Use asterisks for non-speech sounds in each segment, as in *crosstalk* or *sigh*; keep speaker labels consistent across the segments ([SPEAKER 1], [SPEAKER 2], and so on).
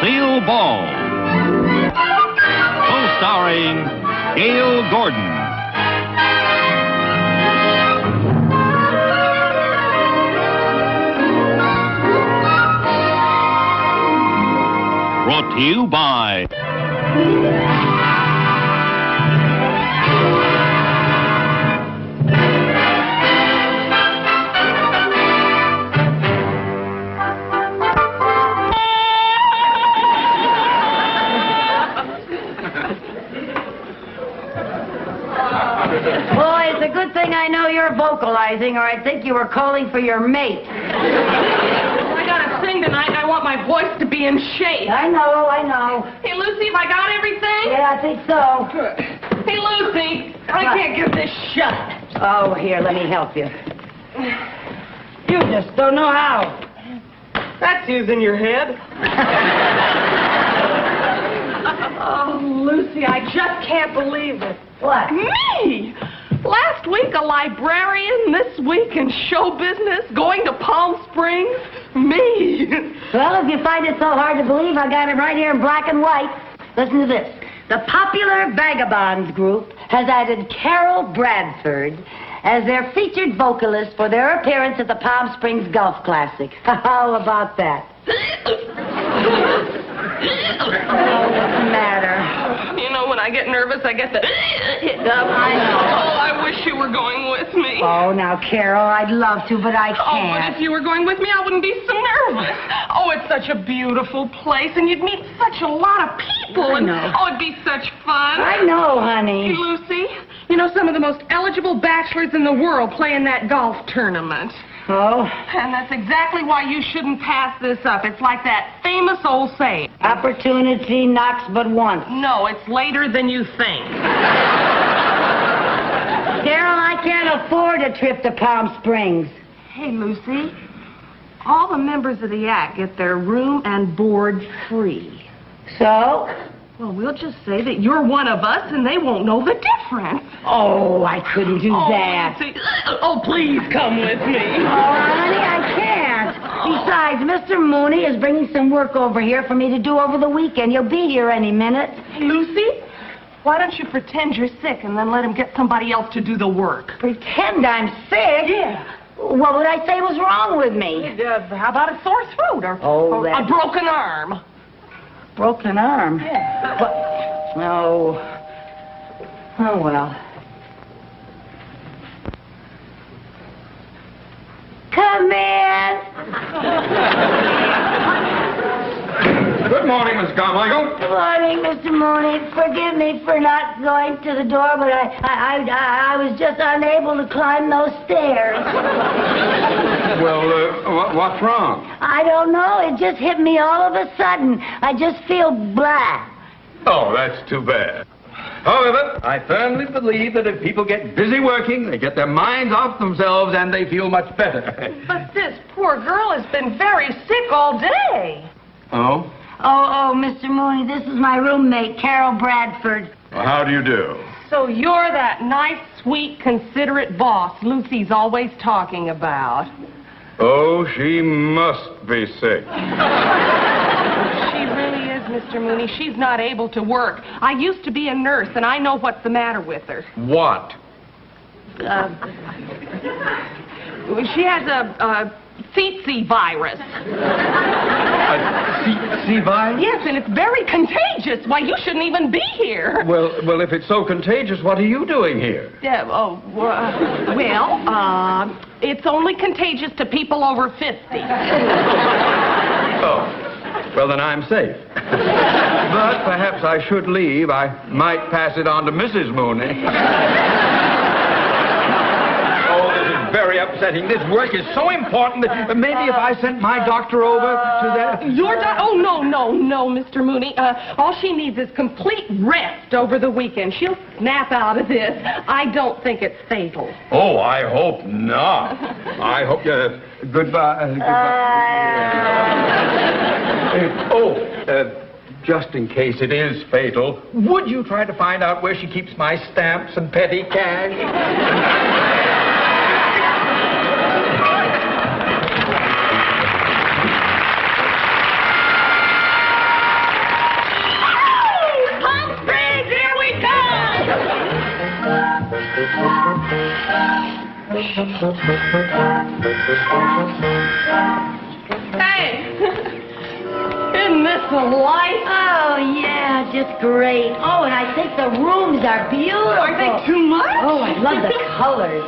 [SPEAKER 1] Final Ball. Co-starring Gail Gordon. Brought to you by
[SPEAKER 2] Boy, it's a good thing I know you're vocalizing, or I'd think you were calling for your mate.
[SPEAKER 3] I gotta sing tonight, and I want my voice to be in shape.
[SPEAKER 2] I know, I know.
[SPEAKER 3] Hey, Lucy, have I got everything?
[SPEAKER 2] Yeah, I think so.
[SPEAKER 3] Hey, Lucy, I
[SPEAKER 2] What?
[SPEAKER 3] can't give this shut.
[SPEAKER 2] Oh, here, let me help you. You just don't know how.
[SPEAKER 3] That's using your head. oh, Lucy, I just can't believe it.
[SPEAKER 2] What?
[SPEAKER 3] Me! Last week a librarian, this week in show business, going to Palm Springs. Me!
[SPEAKER 2] Well, if you find it so hard to believe, I got it right here in black and white. Listen to this. The popular Vagabonds group has added Carol Bradford as their featured vocalist for their appearance at the Palm Springs Golf Classic. *laughs* How about that? Oh, what's the matter?
[SPEAKER 3] You know, when I get nervous, I get the *gasps* hiccup.
[SPEAKER 2] I know.
[SPEAKER 3] Oh, I wish you were going with me.
[SPEAKER 2] Oh, now, Carol, I'd love to, but I
[SPEAKER 3] Oh, but
[SPEAKER 2] can't.
[SPEAKER 3] if you were going with me, I wouldn't be so nervous. Oh, it's such a beautiful place, and you'd meet such a lot of
[SPEAKER 2] I
[SPEAKER 3] people. and,
[SPEAKER 2] know.
[SPEAKER 3] Oh, it'd be such fun.
[SPEAKER 2] I know,
[SPEAKER 3] Hey,
[SPEAKER 2] honey.
[SPEAKER 3] Lucy, you know some of the most eligible bachelors in the world play in that golf tournament.
[SPEAKER 2] Oh,
[SPEAKER 3] And that's exactly why you shouldn't pass this up. It's like that famous old saying.
[SPEAKER 2] opportunity knocks but once.
[SPEAKER 3] No, it's later than you think.
[SPEAKER 2] Carol, I can't afford a trip to Palm Springs.
[SPEAKER 3] Hey, Lucy, all the members of the act get their room and board free.
[SPEAKER 2] So?
[SPEAKER 3] Well, we'll just say that you're one of us, and they won't know the difference.
[SPEAKER 2] Oh, I couldn't do that.
[SPEAKER 3] Nancy, oh, please come with
[SPEAKER 2] Oh,
[SPEAKER 3] me.
[SPEAKER 2] honey, I can't. Besides, Mr. Mooney is bringing some work over here for me to do over the weekend. You'll be here any minute.
[SPEAKER 3] Hey, Lucy, why don't you pretend you're sick and then let him get somebody else to do the work?
[SPEAKER 2] Pretend I'm sick? Yeah. What would I say was wrong with me?
[SPEAKER 3] uh, how about a sore throat or,
[SPEAKER 2] Oh,
[SPEAKER 3] or a
[SPEAKER 2] that-
[SPEAKER 3] broken arm?
[SPEAKER 2] Broken arm. What? No. Oh, well. Come in.
[SPEAKER 4] Good morning, Miss Carmichael.
[SPEAKER 2] Good morning, Mr. Mooney. Forgive me for not going to the door, but I, I, I- I, I was just unable to climb those stairs.
[SPEAKER 4] Well, uh, what, what's wrong?
[SPEAKER 2] I don't know. It just hit me all of a sudden. I just feel blah.
[SPEAKER 4] Oh, that's too bad. However, I firmly believe that if people get busy working, they get their minds off themselves and they feel much better.
[SPEAKER 3] But this poor girl has been very sick all day.
[SPEAKER 4] oh?
[SPEAKER 2] Oh, oh, Mr. Mooney, this is my roommate, Carol Bradford.
[SPEAKER 4] how do you do?
[SPEAKER 3] So you're that nice, sweet, considerate boss Lucy's always talking about.
[SPEAKER 4] Oh, she must be sick.
[SPEAKER 3] She really is, Mr. Mooney. She's not able to work. I used to be a nurse, and I know what's the matter with her.
[SPEAKER 4] What?
[SPEAKER 3] She has a, a tsetse virus.
[SPEAKER 4] A C- C virus?
[SPEAKER 3] Yes, and it's very contagious. Why, you shouldn't even be here.
[SPEAKER 4] Well, well, if it's so contagious, what are you doing here?
[SPEAKER 3] Yeah, oh, uh, well, uh, it's only contagious to people over 50.
[SPEAKER 4] Oh. Well, then I'm safe. but perhaps I should leave. I might pass it on to Mrs. Mooney. oh, this is very upsetting. This work is so important that maybe if I sent my doctor over to that.
[SPEAKER 3] You're not. Oh, no, no, no, Mr. Mooney. Uh, all she needs is complete rest over the weekend. She'll snap out of this. I don't think it's fatal.
[SPEAKER 4] Oh, I hope not. *laughs* I hope. Uh, goodbye. uh, goodbye. Uh, oh, uh, just in case it is fatal, would you try to find out where she keeps my stamps and petty cash?
[SPEAKER 3] Hey! *laughs* Isn't this the life?
[SPEAKER 2] Oh, yeah, just great. Oh, and I think the rooms are beautiful.
[SPEAKER 3] Are they too much?
[SPEAKER 2] Oh, I love the colors.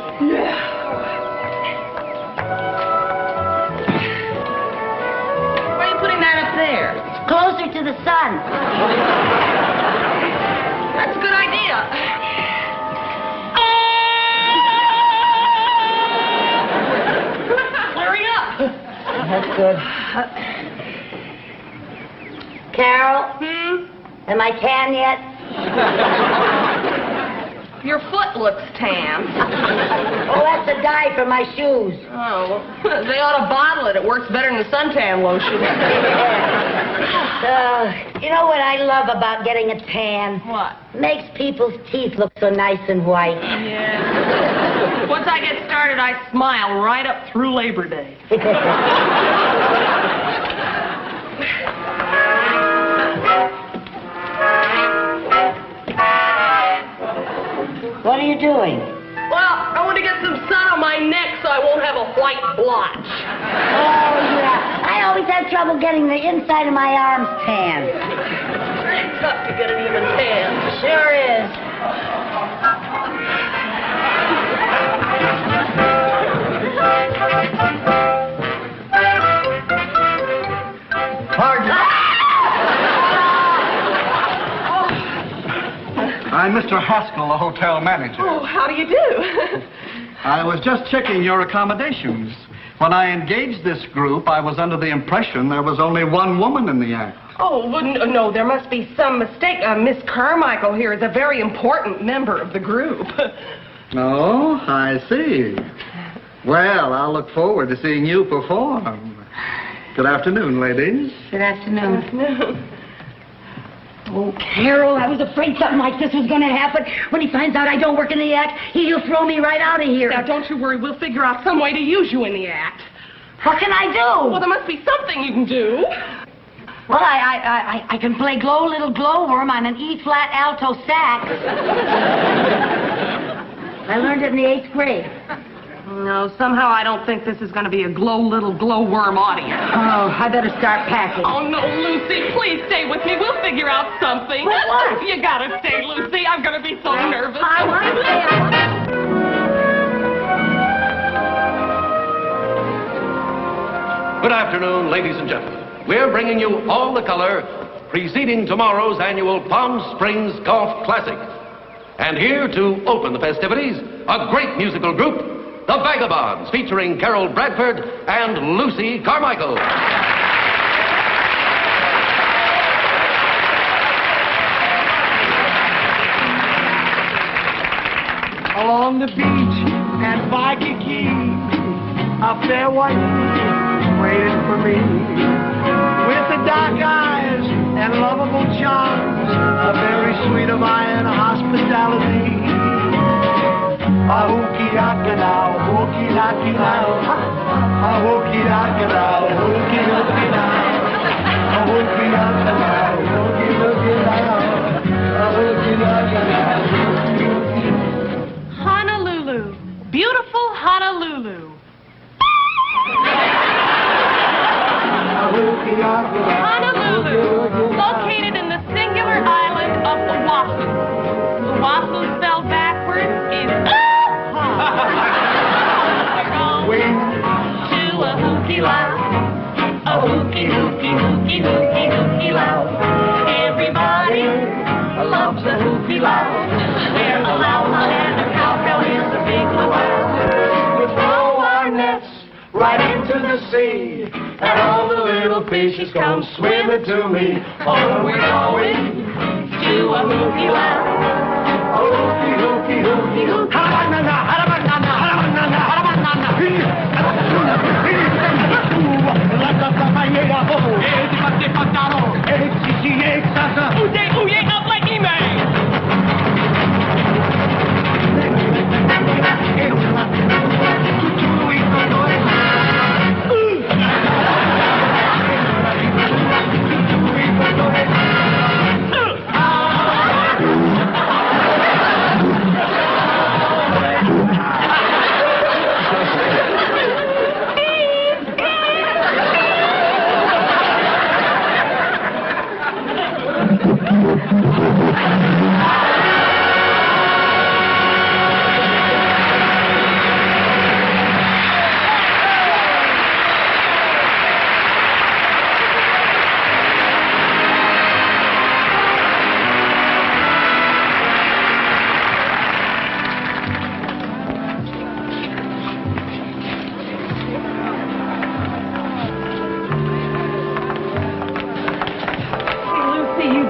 [SPEAKER 3] Why are you putting that up there?
[SPEAKER 2] It's closer to the sun.
[SPEAKER 3] That's a good idea. *laughs* Hurry up.
[SPEAKER 2] That's good. Carol,
[SPEAKER 3] Hmm?
[SPEAKER 2] am I tan yet?
[SPEAKER 3] Your foot looks tan.
[SPEAKER 2] Oh, that's the dye for my shoes.
[SPEAKER 3] Oh, *laughs* well, they ought to bottle it. It works better than suntan lotion.
[SPEAKER 2] Uh, you know what I love about getting a tan?
[SPEAKER 3] What?
[SPEAKER 2] Makes people's teeth look so nice and white.
[SPEAKER 3] Yeah. Once I get started, I smile right up through Labor Day.
[SPEAKER 2] what are you doing?
[SPEAKER 3] Well, I want to get some sun on my neck so I won't have a white blotch.
[SPEAKER 2] Oh, yeah. I always have trouble getting the inside of my arms tan.
[SPEAKER 3] It's tough to get an even tan.
[SPEAKER 2] Sure is.
[SPEAKER 4] Pardon. I'm Mr. Haskell, the hotel manager.
[SPEAKER 3] Oh, how do you do? *laughs*
[SPEAKER 4] I was just checking your accommodations. When I engaged this group, I was under the impression there was only one woman in the act.
[SPEAKER 3] oh, well, n- no, there must be some mistake. Uh, Miss Carmichael here is a very important member of the group. *laughs*
[SPEAKER 4] Oh, I see. Well, I'll look forward to seeing you perform. Good afternoon, ladies.
[SPEAKER 2] Good afternoon. Oh, Carol, I was afraid something like this was going to happen. When he finds out I don't work in the act, he, he'll throw me right out of here.
[SPEAKER 3] now, don't you worry. We'll figure out some way to use you in the act.
[SPEAKER 2] What can I do?
[SPEAKER 3] Well, there must be something you can do.
[SPEAKER 2] Well, I, I, I- I, I can play Glow Little Glowworm on an E-flat alto sax. *laughs* I learned it in the eighth grade.
[SPEAKER 3] No, somehow I don't think this is going to be a glow little glowworm audience.
[SPEAKER 2] Oh, I better start packing.
[SPEAKER 3] Oh no, Lucy, please stay with me. We'll figure out something.
[SPEAKER 2] Wait, what?
[SPEAKER 3] *laughs* You gotta stay, Lucy. I'm gonna be so nervous.
[SPEAKER 2] I want
[SPEAKER 3] *laughs*
[SPEAKER 2] to stay. I wanna-
[SPEAKER 5] Good afternoon, ladies and gentlemen. We're bringing you all the color preceding tomorrow's annual Palm Springs Golf Classic. And here to open the festivities, a great musical group, The Vagabonds, featuring Carol Bradford and Lucy Carmichael.
[SPEAKER 6] along the beach at Waikiki. A fair white waiting for me with the dark eyes and lovable charms, a very sweet of eye and hospitality. A hooky docky now, hooky docky now, a hooky docky now, hooky docky now, a hooky docky now, hooky docky now, a hooky docky now.
[SPEAKER 3] uh, Honolulu. Beautiful Honolulu. Honolulu, located in the singular island of Oahu. Oahu spelled backwards is Oahu.
[SPEAKER 6] Wait.
[SPEAKER 3] To a hooky low, a hooky hooky hooky hooky hooky low. Everybody loves a hooky low. They're a loud and a cowbell is a big wow.
[SPEAKER 6] We throw our nets right into the sea, and all the little fishes come swimming to me. Oh, we're going
[SPEAKER 3] To a hooky low.
[SPEAKER 6] hooky, hooky, hooky, hooky. Ha-ba-na-na, ha-ba-na-na, ha-ba-na-na, ha-ba-na-na. Hee, ha-ba-na-na, hee, ha-ba-na-na. La-da-da-ba-ye-da-ho. Eh-di-ba-di-ba-da-ro. Eh-di-di-ye-da-da.
[SPEAKER 3] Ude uye up like email.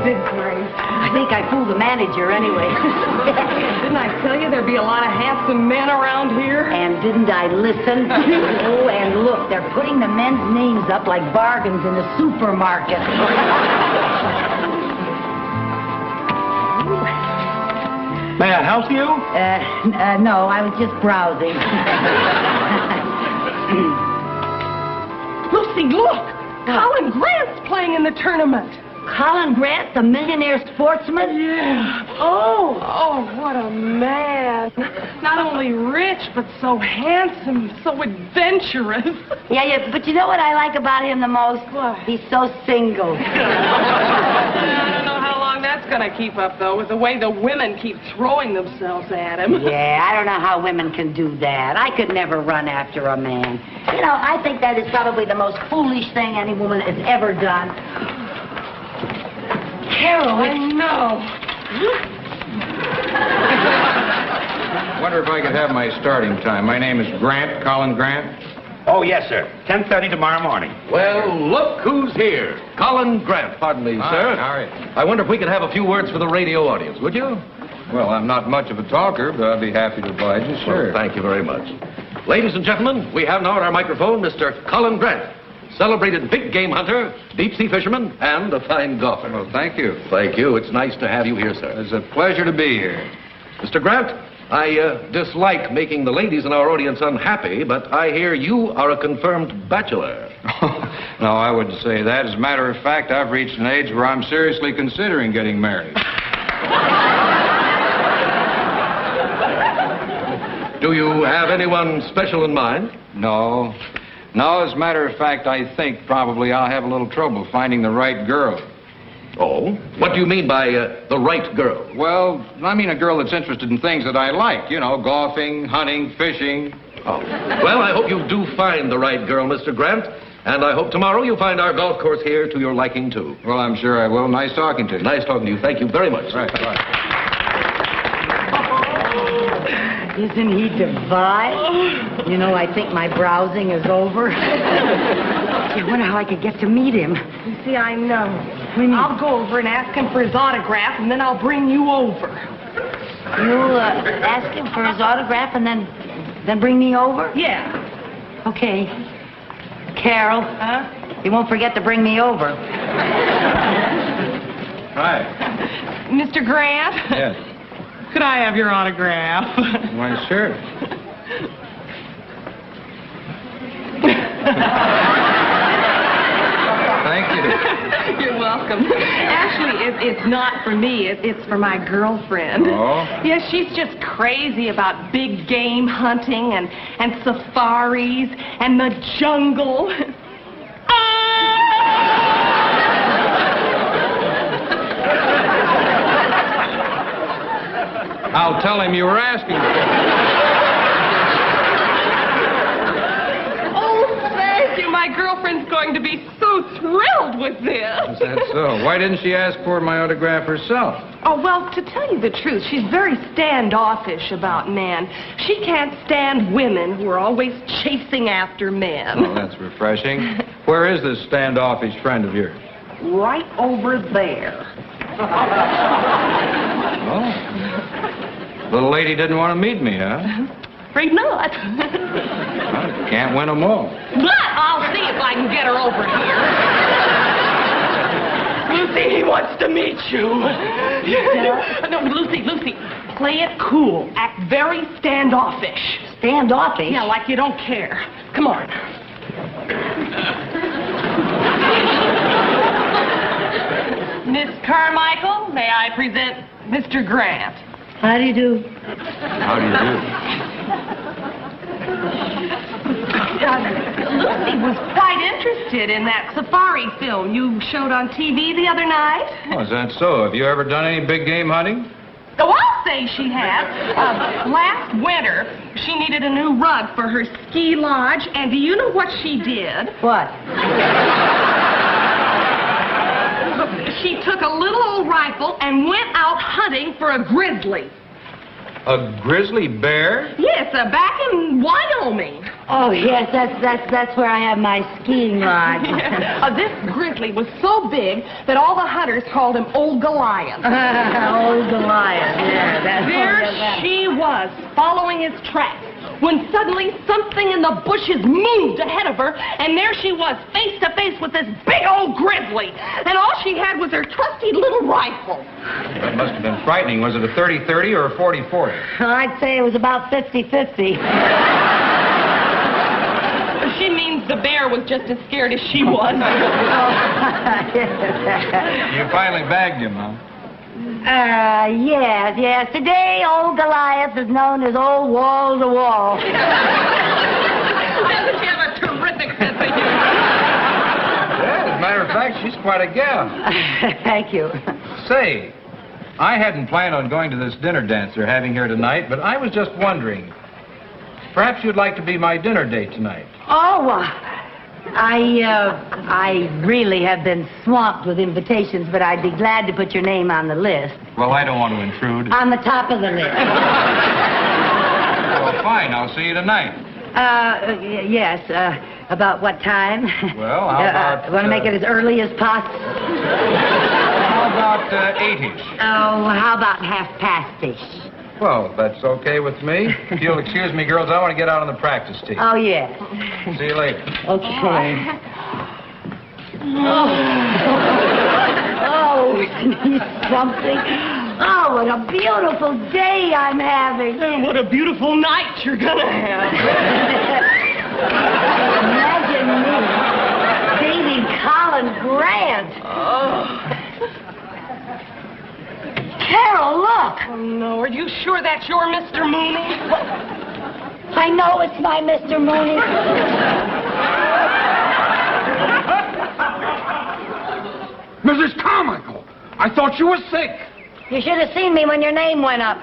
[SPEAKER 3] big party.
[SPEAKER 2] I think I fooled the manager anyway.
[SPEAKER 3] Didn't I tell you there'd be a lot of handsome men around
[SPEAKER 2] *laughs*
[SPEAKER 3] here?
[SPEAKER 2] and didn't I listen? *laughs* oh, and look, they're putting the men's names up like bargains in the supermarket.
[SPEAKER 5] May I help you?
[SPEAKER 2] Uh, n- uh, no, I was just browsing.
[SPEAKER 3] Lucy, look! Colin Grant's playing in the tournament.
[SPEAKER 2] *laughs* Colin Grant, the millionaire sportsman?
[SPEAKER 3] Yeah. Oh. Oh, what a man. Not only rich, but so handsome, so adventurous.
[SPEAKER 2] Yeah, yeah, but you know what I like about him the most?
[SPEAKER 3] What?
[SPEAKER 2] He's so single. *laughs*
[SPEAKER 3] I don't know how long that's going to keep up, though, with the way the women keep throwing themselves at him.
[SPEAKER 2] Yeah, I don't know how women can do that. I could never run after a man. You know, I think that is probably the most foolish thing any woman has ever done. Carol,
[SPEAKER 3] I know.
[SPEAKER 5] Wonder if I could have my starting time. My name is Grant, Colin Grant.
[SPEAKER 1] Oh, yes, sir. 10.30 tomorrow morning.
[SPEAKER 7] Well, look who's here. Colin Grant. Pardon me,
[SPEAKER 5] Hi,
[SPEAKER 7] sir.
[SPEAKER 5] how are you?
[SPEAKER 7] I wonder if we could have a few words for the radio audience, would you?
[SPEAKER 5] Well, I'm not much of a talker, but I'd be happy to oblige you,
[SPEAKER 7] Well,
[SPEAKER 5] sure.
[SPEAKER 7] thank you very much. Ladies and gentlemen, we have now at our microphone Mr. Colin Grant, celebrated big game hunter, deep sea fisherman, and a fine golfer.
[SPEAKER 5] Well, thank you.
[SPEAKER 7] Thank you. It's nice to have you here, sir.
[SPEAKER 5] It's a pleasure to be here.
[SPEAKER 7] Mr. Grant, I uh, dislike making the ladies in our audience unhappy, but I hear you are a confirmed bachelor.
[SPEAKER 5] *laughs* no, I wouldn't say that. As a matter of fact, I've reached an age where I'm seriously considering getting married.
[SPEAKER 7] *laughs* Do you have anyone special in mind?
[SPEAKER 5] No. No, as a matter of fact, I think probably I'll have a little trouble finding the right girl.
[SPEAKER 7] Oh? What do you mean by uh, the right girl?
[SPEAKER 5] Well, I mean a girl that's interested in things that I like, you know, golfing, hunting, fishing.
[SPEAKER 7] Oh. Well, I hope you do find the right girl, Mr. Grant, and I hope tomorrow you find our golf course here to your liking, too.
[SPEAKER 5] Well, I'm sure I will. Nice talking to you.
[SPEAKER 7] Nice talking to you. Thank you very much.
[SPEAKER 5] Right, right.
[SPEAKER 2] isn't he divine? You know, I think my browsing is *laughs* over. I wonder how I could get to meet him.
[SPEAKER 3] You see, I know. I'll go over and ask him for his autograph, and then I'll bring you over.
[SPEAKER 2] You uh, ask him for his autograph and then, then bring me over?
[SPEAKER 3] Yeah.
[SPEAKER 2] Okay. Carol,
[SPEAKER 3] Huh?
[SPEAKER 2] you won't forget to bring me over.
[SPEAKER 5] Hi.
[SPEAKER 3] Mr. Grant?
[SPEAKER 5] Yes.
[SPEAKER 3] *laughs* Could I have your autograph?
[SPEAKER 5] Why,
[SPEAKER 3] *laughs*
[SPEAKER 5] sure. Thank you.
[SPEAKER 3] You're welcome. Actually, it, it's not for me. It, it's for my girlfriend.
[SPEAKER 5] Oh?
[SPEAKER 3] Yeah, she's just crazy about big game hunting and, and safaris and the jungle. *laughs* Ah!
[SPEAKER 5] I'll tell him you were asking for it.
[SPEAKER 3] oh, thank you. My girlfriend's going to be so thrilled with this.
[SPEAKER 5] Is that so? Why didn't she ask for my autograph herself?
[SPEAKER 3] Oh, well, to tell you the truth, she's very standoffish about men. She can't stand women who are always chasing after men.
[SPEAKER 5] Oh, that's refreshing. Where is this standoffish friend of yours?
[SPEAKER 3] Right over there.
[SPEAKER 5] Oh. Little lady didn't want to meet me, huh?
[SPEAKER 3] Afraid not.
[SPEAKER 5] Well, Can't win 'em all.
[SPEAKER 3] *laughs* but I'll see if I can get her over here. Lucy, he wants to meet you. *laughs* no, Lucy, Lucy, play it cool. Act very standoffish.
[SPEAKER 2] Standoffish?
[SPEAKER 3] Yeah, like you don't care. Come on. Miss Carmichael, may I present Mr. Grant?
[SPEAKER 2] How do you do?
[SPEAKER 5] How do you
[SPEAKER 3] Um, Lucy was quite interested in that safari film you showed on TV the other night.
[SPEAKER 5] do? Oh, is that so? Have you ever done any big game hunting?
[SPEAKER 3] Oh, I'll say she has. Uh, last winter, she needed a new rug for her ski lodge, and do you know what she did?
[SPEAKER 2] What?
[SPEAKER 3] She took a little old rifle and went out hunting for a grizzly.
[SPEAKER 5] A grizzly bear?
[SPEAKER 3] Yes, uh, back in Wyoming. *laughs*
[SPEAKER 2] Oh, yes, that's, that's, that's where I have my skiing lodge.
[SPEAKER 3] *laughs* Uh, this grizzly was so big that all the hunters called him Old Goliath.
[SPEAKER 2] Old Goliath, yeah, that's
[SPEAKER 3] There she was, following his tracks, when suddenly something in the bushes moved ahead of her, and there she was, face to face with this big old grizzly. And all she had was her trusty little rifle.
[SPEAKER 5] That must have been frightening. Was it a 30-30 or a 40-40?
[SPEAKER 2] I'd say it was about
[SPEAKER 3] *laughs*
[SPEAKER 2] 50-50.
[SPEAKER 3] She means the bear was just as scared as she was.
[SPEAKER 5] You finally bagged him, huh?
[SPEAKER 2] *laughs* Uh, yes, yes. Today, old Goliath is known as old wall to wall. *laughs*
[SPEAKER 3] *laughs* Doesn't she have a terrific sense of humor?
[SPEAKER 5] Yeah, as a matter of fact, she's quite a gal.
[SPEAKER 2] Thank you.
[SPEAKER 5] Say, I hadn't planned on going to this dinner dance they're having here tonight, but I was just wondering. Perhaps you'd like to be my dinner date tonight.
[SPEAKER 2] Oh, uh, I, uh, I really have been swamped with invitations, but I'd be glad to put your name on the list.
[SPEAKER 5] Well, I don't want to intrude.
[SPEAKER 2] On the top of the list.
[SPEAKER 5] *laughs* Well, fine. I'll see you tonight.
[SPEAKER 2] Uh, y- yes, uh, about what time?
[SPEAKER 5] Well, how about,
[SPEAKER 2] Want
[SPEAKER 5] uh,
[SPEAKER 2] to make it as early as possible?
[SPEAKER 5] How about uh, eight-ish?
[SPEAKER 2] Oh, how about half past ish?
[SPEAKER 5] Well, that's okay with me. If you'll excuse me, girls, I want to get out on the practice tee.
[SPEAKER 2] Oh, yes.
[SPEAKER 5] See you later.
[SPEAKER 2] Okay. Oh, *laughs* need something. Oh, what a beautiful day I'm having.
[SPEAKER 3] And *laughs* what a beautiful night you're gonna have.
[SPEAKER 2] Imagine me dating Colin Grant. Carol, look.
[SPEAKER 3] Oh, no, are you sure that's your Mr. Mooney?
[SPEAKER 2] I know it's my Mr. Mooney.
[SPEAKER 5] Mrs. Carmichael, I thought you were sick.
[SPEAKER 2] You should have seen me when your name went up.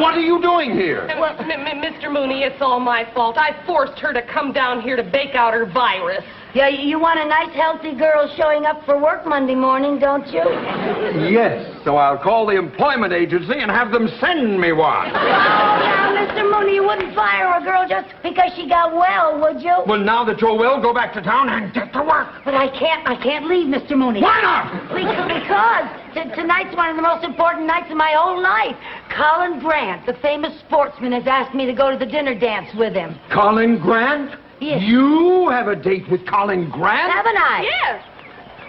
[SPEAKER 5] What are you doing here?
[SPEAKER 3] Well, M- M- Mr. Mooney, it's all my fault. I forced her to come down here to bake out her virus.
[SPEAKER 2] Yeah, you want a nice, healthy girl showing up for work Monday morning, don't you?
[SPEAKER 5] Yes, so I'll call the employment agency and have them send me one.
[SPEAKER 2] Oh, Now, Mr. Mooney, you wouldn't fire a girl just because she got well, would you?
[SPEAKER 5] Well, now that you're well, go back to town and get to work.
[SPEAKER 2] But I can't, I can't leave, Mr. Mooney.
[SPEAKER 5] Why not?
[SPEAKER 2] Because, because t- tonight's one of the most important nights of my whole life. Colin Grant, the famous sportsman, has asked me to go to the dinner dance with him.
[SPEAKER 5] Colin Grant?
[SPEAKER 2] Yes.
[SPEAKER 5] You have a date with Colin Grant?
[SPEAKER 2] Haven't I?
[SPEAKER 3] Yes.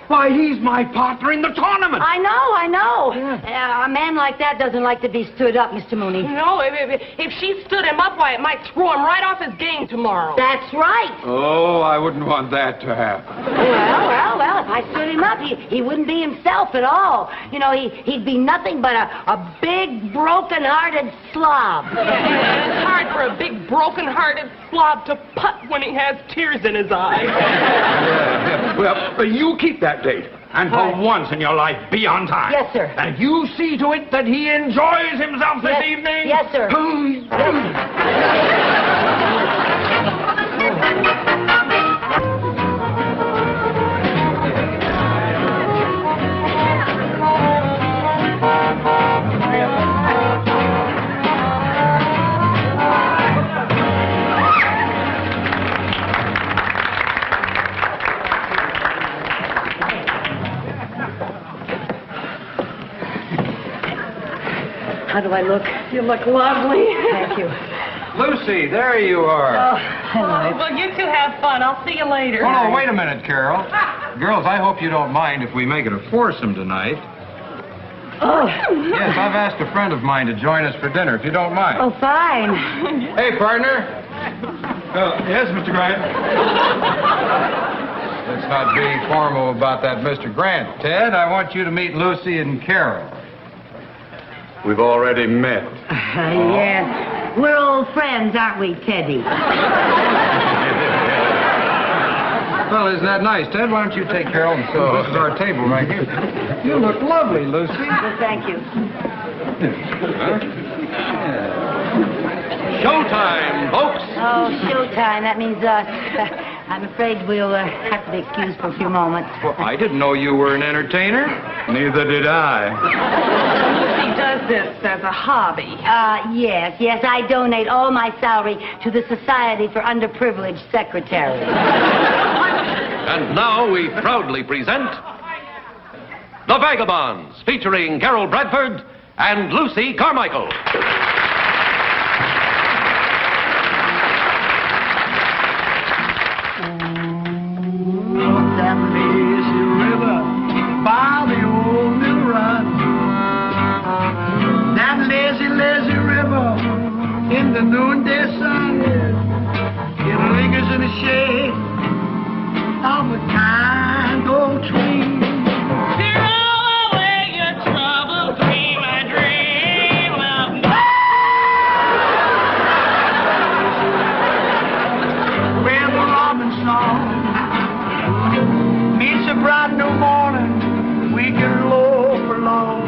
[SPEAKER 5] Why, he's my partner in the tournament.
[SPEAKER 2] I know, I know. Uh, a man like that doesn't like to be stood up, Mr. Mooney.
[SPEAKER 3] No, if, if, if she stood him up, why, it might throw him right off his game tomorrow.
[SPEAKER 2] That's right.
[SPEAKER 5] Oh, I wouldn't want that to happen.
[SPEAKER 2] Well, well, well, if I stood him up, he, he wouldn't be himself at all. You know, he, he'd be nothing but a, a big, broken-hearted slob.
[SPEAKER 3] it's hard for a big, broken-hearted slob to putt when he has tears in his eyes.
[SPEAKER 8] Well, you keep that date. And *laughs* for
[SPEAKER 2] All right.
[SPEAKER 8] once in your life, be on time.
[SPEAKER 2] Yes, sir.
[SPEAKER 8] And you see to it that he enjoys himself this
[SPEAKER 2] Yes-
[SPEAKER 8] evening.
[SPEAKER 2] yes, sir. How do I look? You look lovely. Thank you.
[SPEAKER 5] Lucy, there you are.
[SPEAKER 2] Oh, hello.
[SPEAKER 3] Well, you two have fun. I'll see you later.
[SPEAKER 5] Oh, no, wait a minute, Carol. Girls, I hope you don't mind if we make it a foursome tonight.
[SPEAKER 2] Oh,
[SPEAKER 5] Yes, I've asked a friend of mine to join us for dinner, if you don't mind.
[SPEAKER 2] oh,
[SPEAKER 8] *laughs*
[SPEAKER 2] fine.
[SPEAKER 5] Hey, partner. Uh, yes, Mr. Grant. Let's not be formal about that, Mr. Grant. Ted, I want you to meet Lucy and Carol.
[SPEAKER 9] We've already met.
[SPEAKER 2] Uh, yes. We're old friends, aren't we, Teddy?
[SPEAKER 5] Well, isn't that nice, Ted? Why don't you take Carol and so this is our table right here. You look lovely, Lucy.
[SPEAKER 2] Well, thank you.
[SPEAKER 9] Showtime, folks.
[SPEAKER 2] Oh, showtime. That means, uh, *laughs* I'm afraid we'll uh, have to be excused for a few moments.
[SPEAKER 5] Well, I didn't know you were an entertainer.
[SPEAKER 9] Neither did I.
[SPEAKER 3] She does does this as a hobby.
[SPEAKER 2] Uh, yes, yes, I donate all my salary to the Society for Underprivileged Secretaries.
[SPEAKER 5] And now we proudly present The Vagabonds, featuring Carol Bradford and Lucy Carmichael.
[SPEAKER 4] Up that lazy river by the old mill run. That lazy, lazy river in the noonday sun. It lingers in the shade of a kind old tree. Where the robin song meets a bright new morning. We can low for long.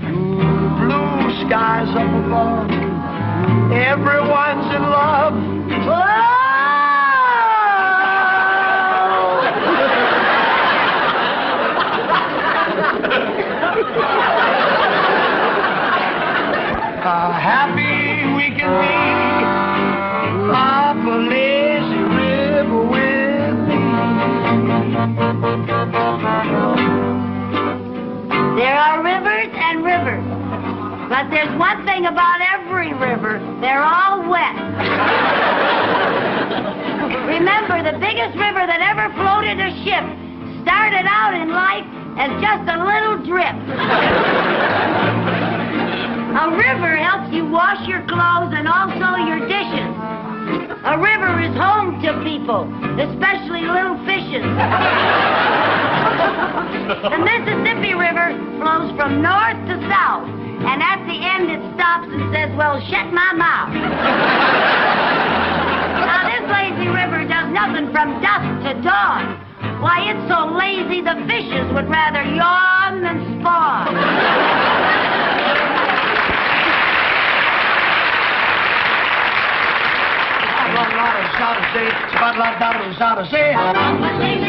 [SPEAKER 4] Blue skies up above. Everyone's in love. Oh! How happy we can be up a lazy river with
[SPEAKER 2] There are rivers and rivers. But there's one thing about every river, they're all wet. Remember, the biggest river that ever floated a ship started out in life as just a little drip. a river helps you wash your clothes and also your dishes. A river is home to people, especially little fishes. The Mississippi River flows from north to south, and at the end it stops and says, Well, shut my mouth. now, this lazy river does nothing from dusk to dawn. Why, it's so lazy the fishes would rather yawn than spawn.
[SPEAKER 4] It's about a lot of soda sea. It's about a lot of soda sea.
[SPEAKER 6] Up a lazy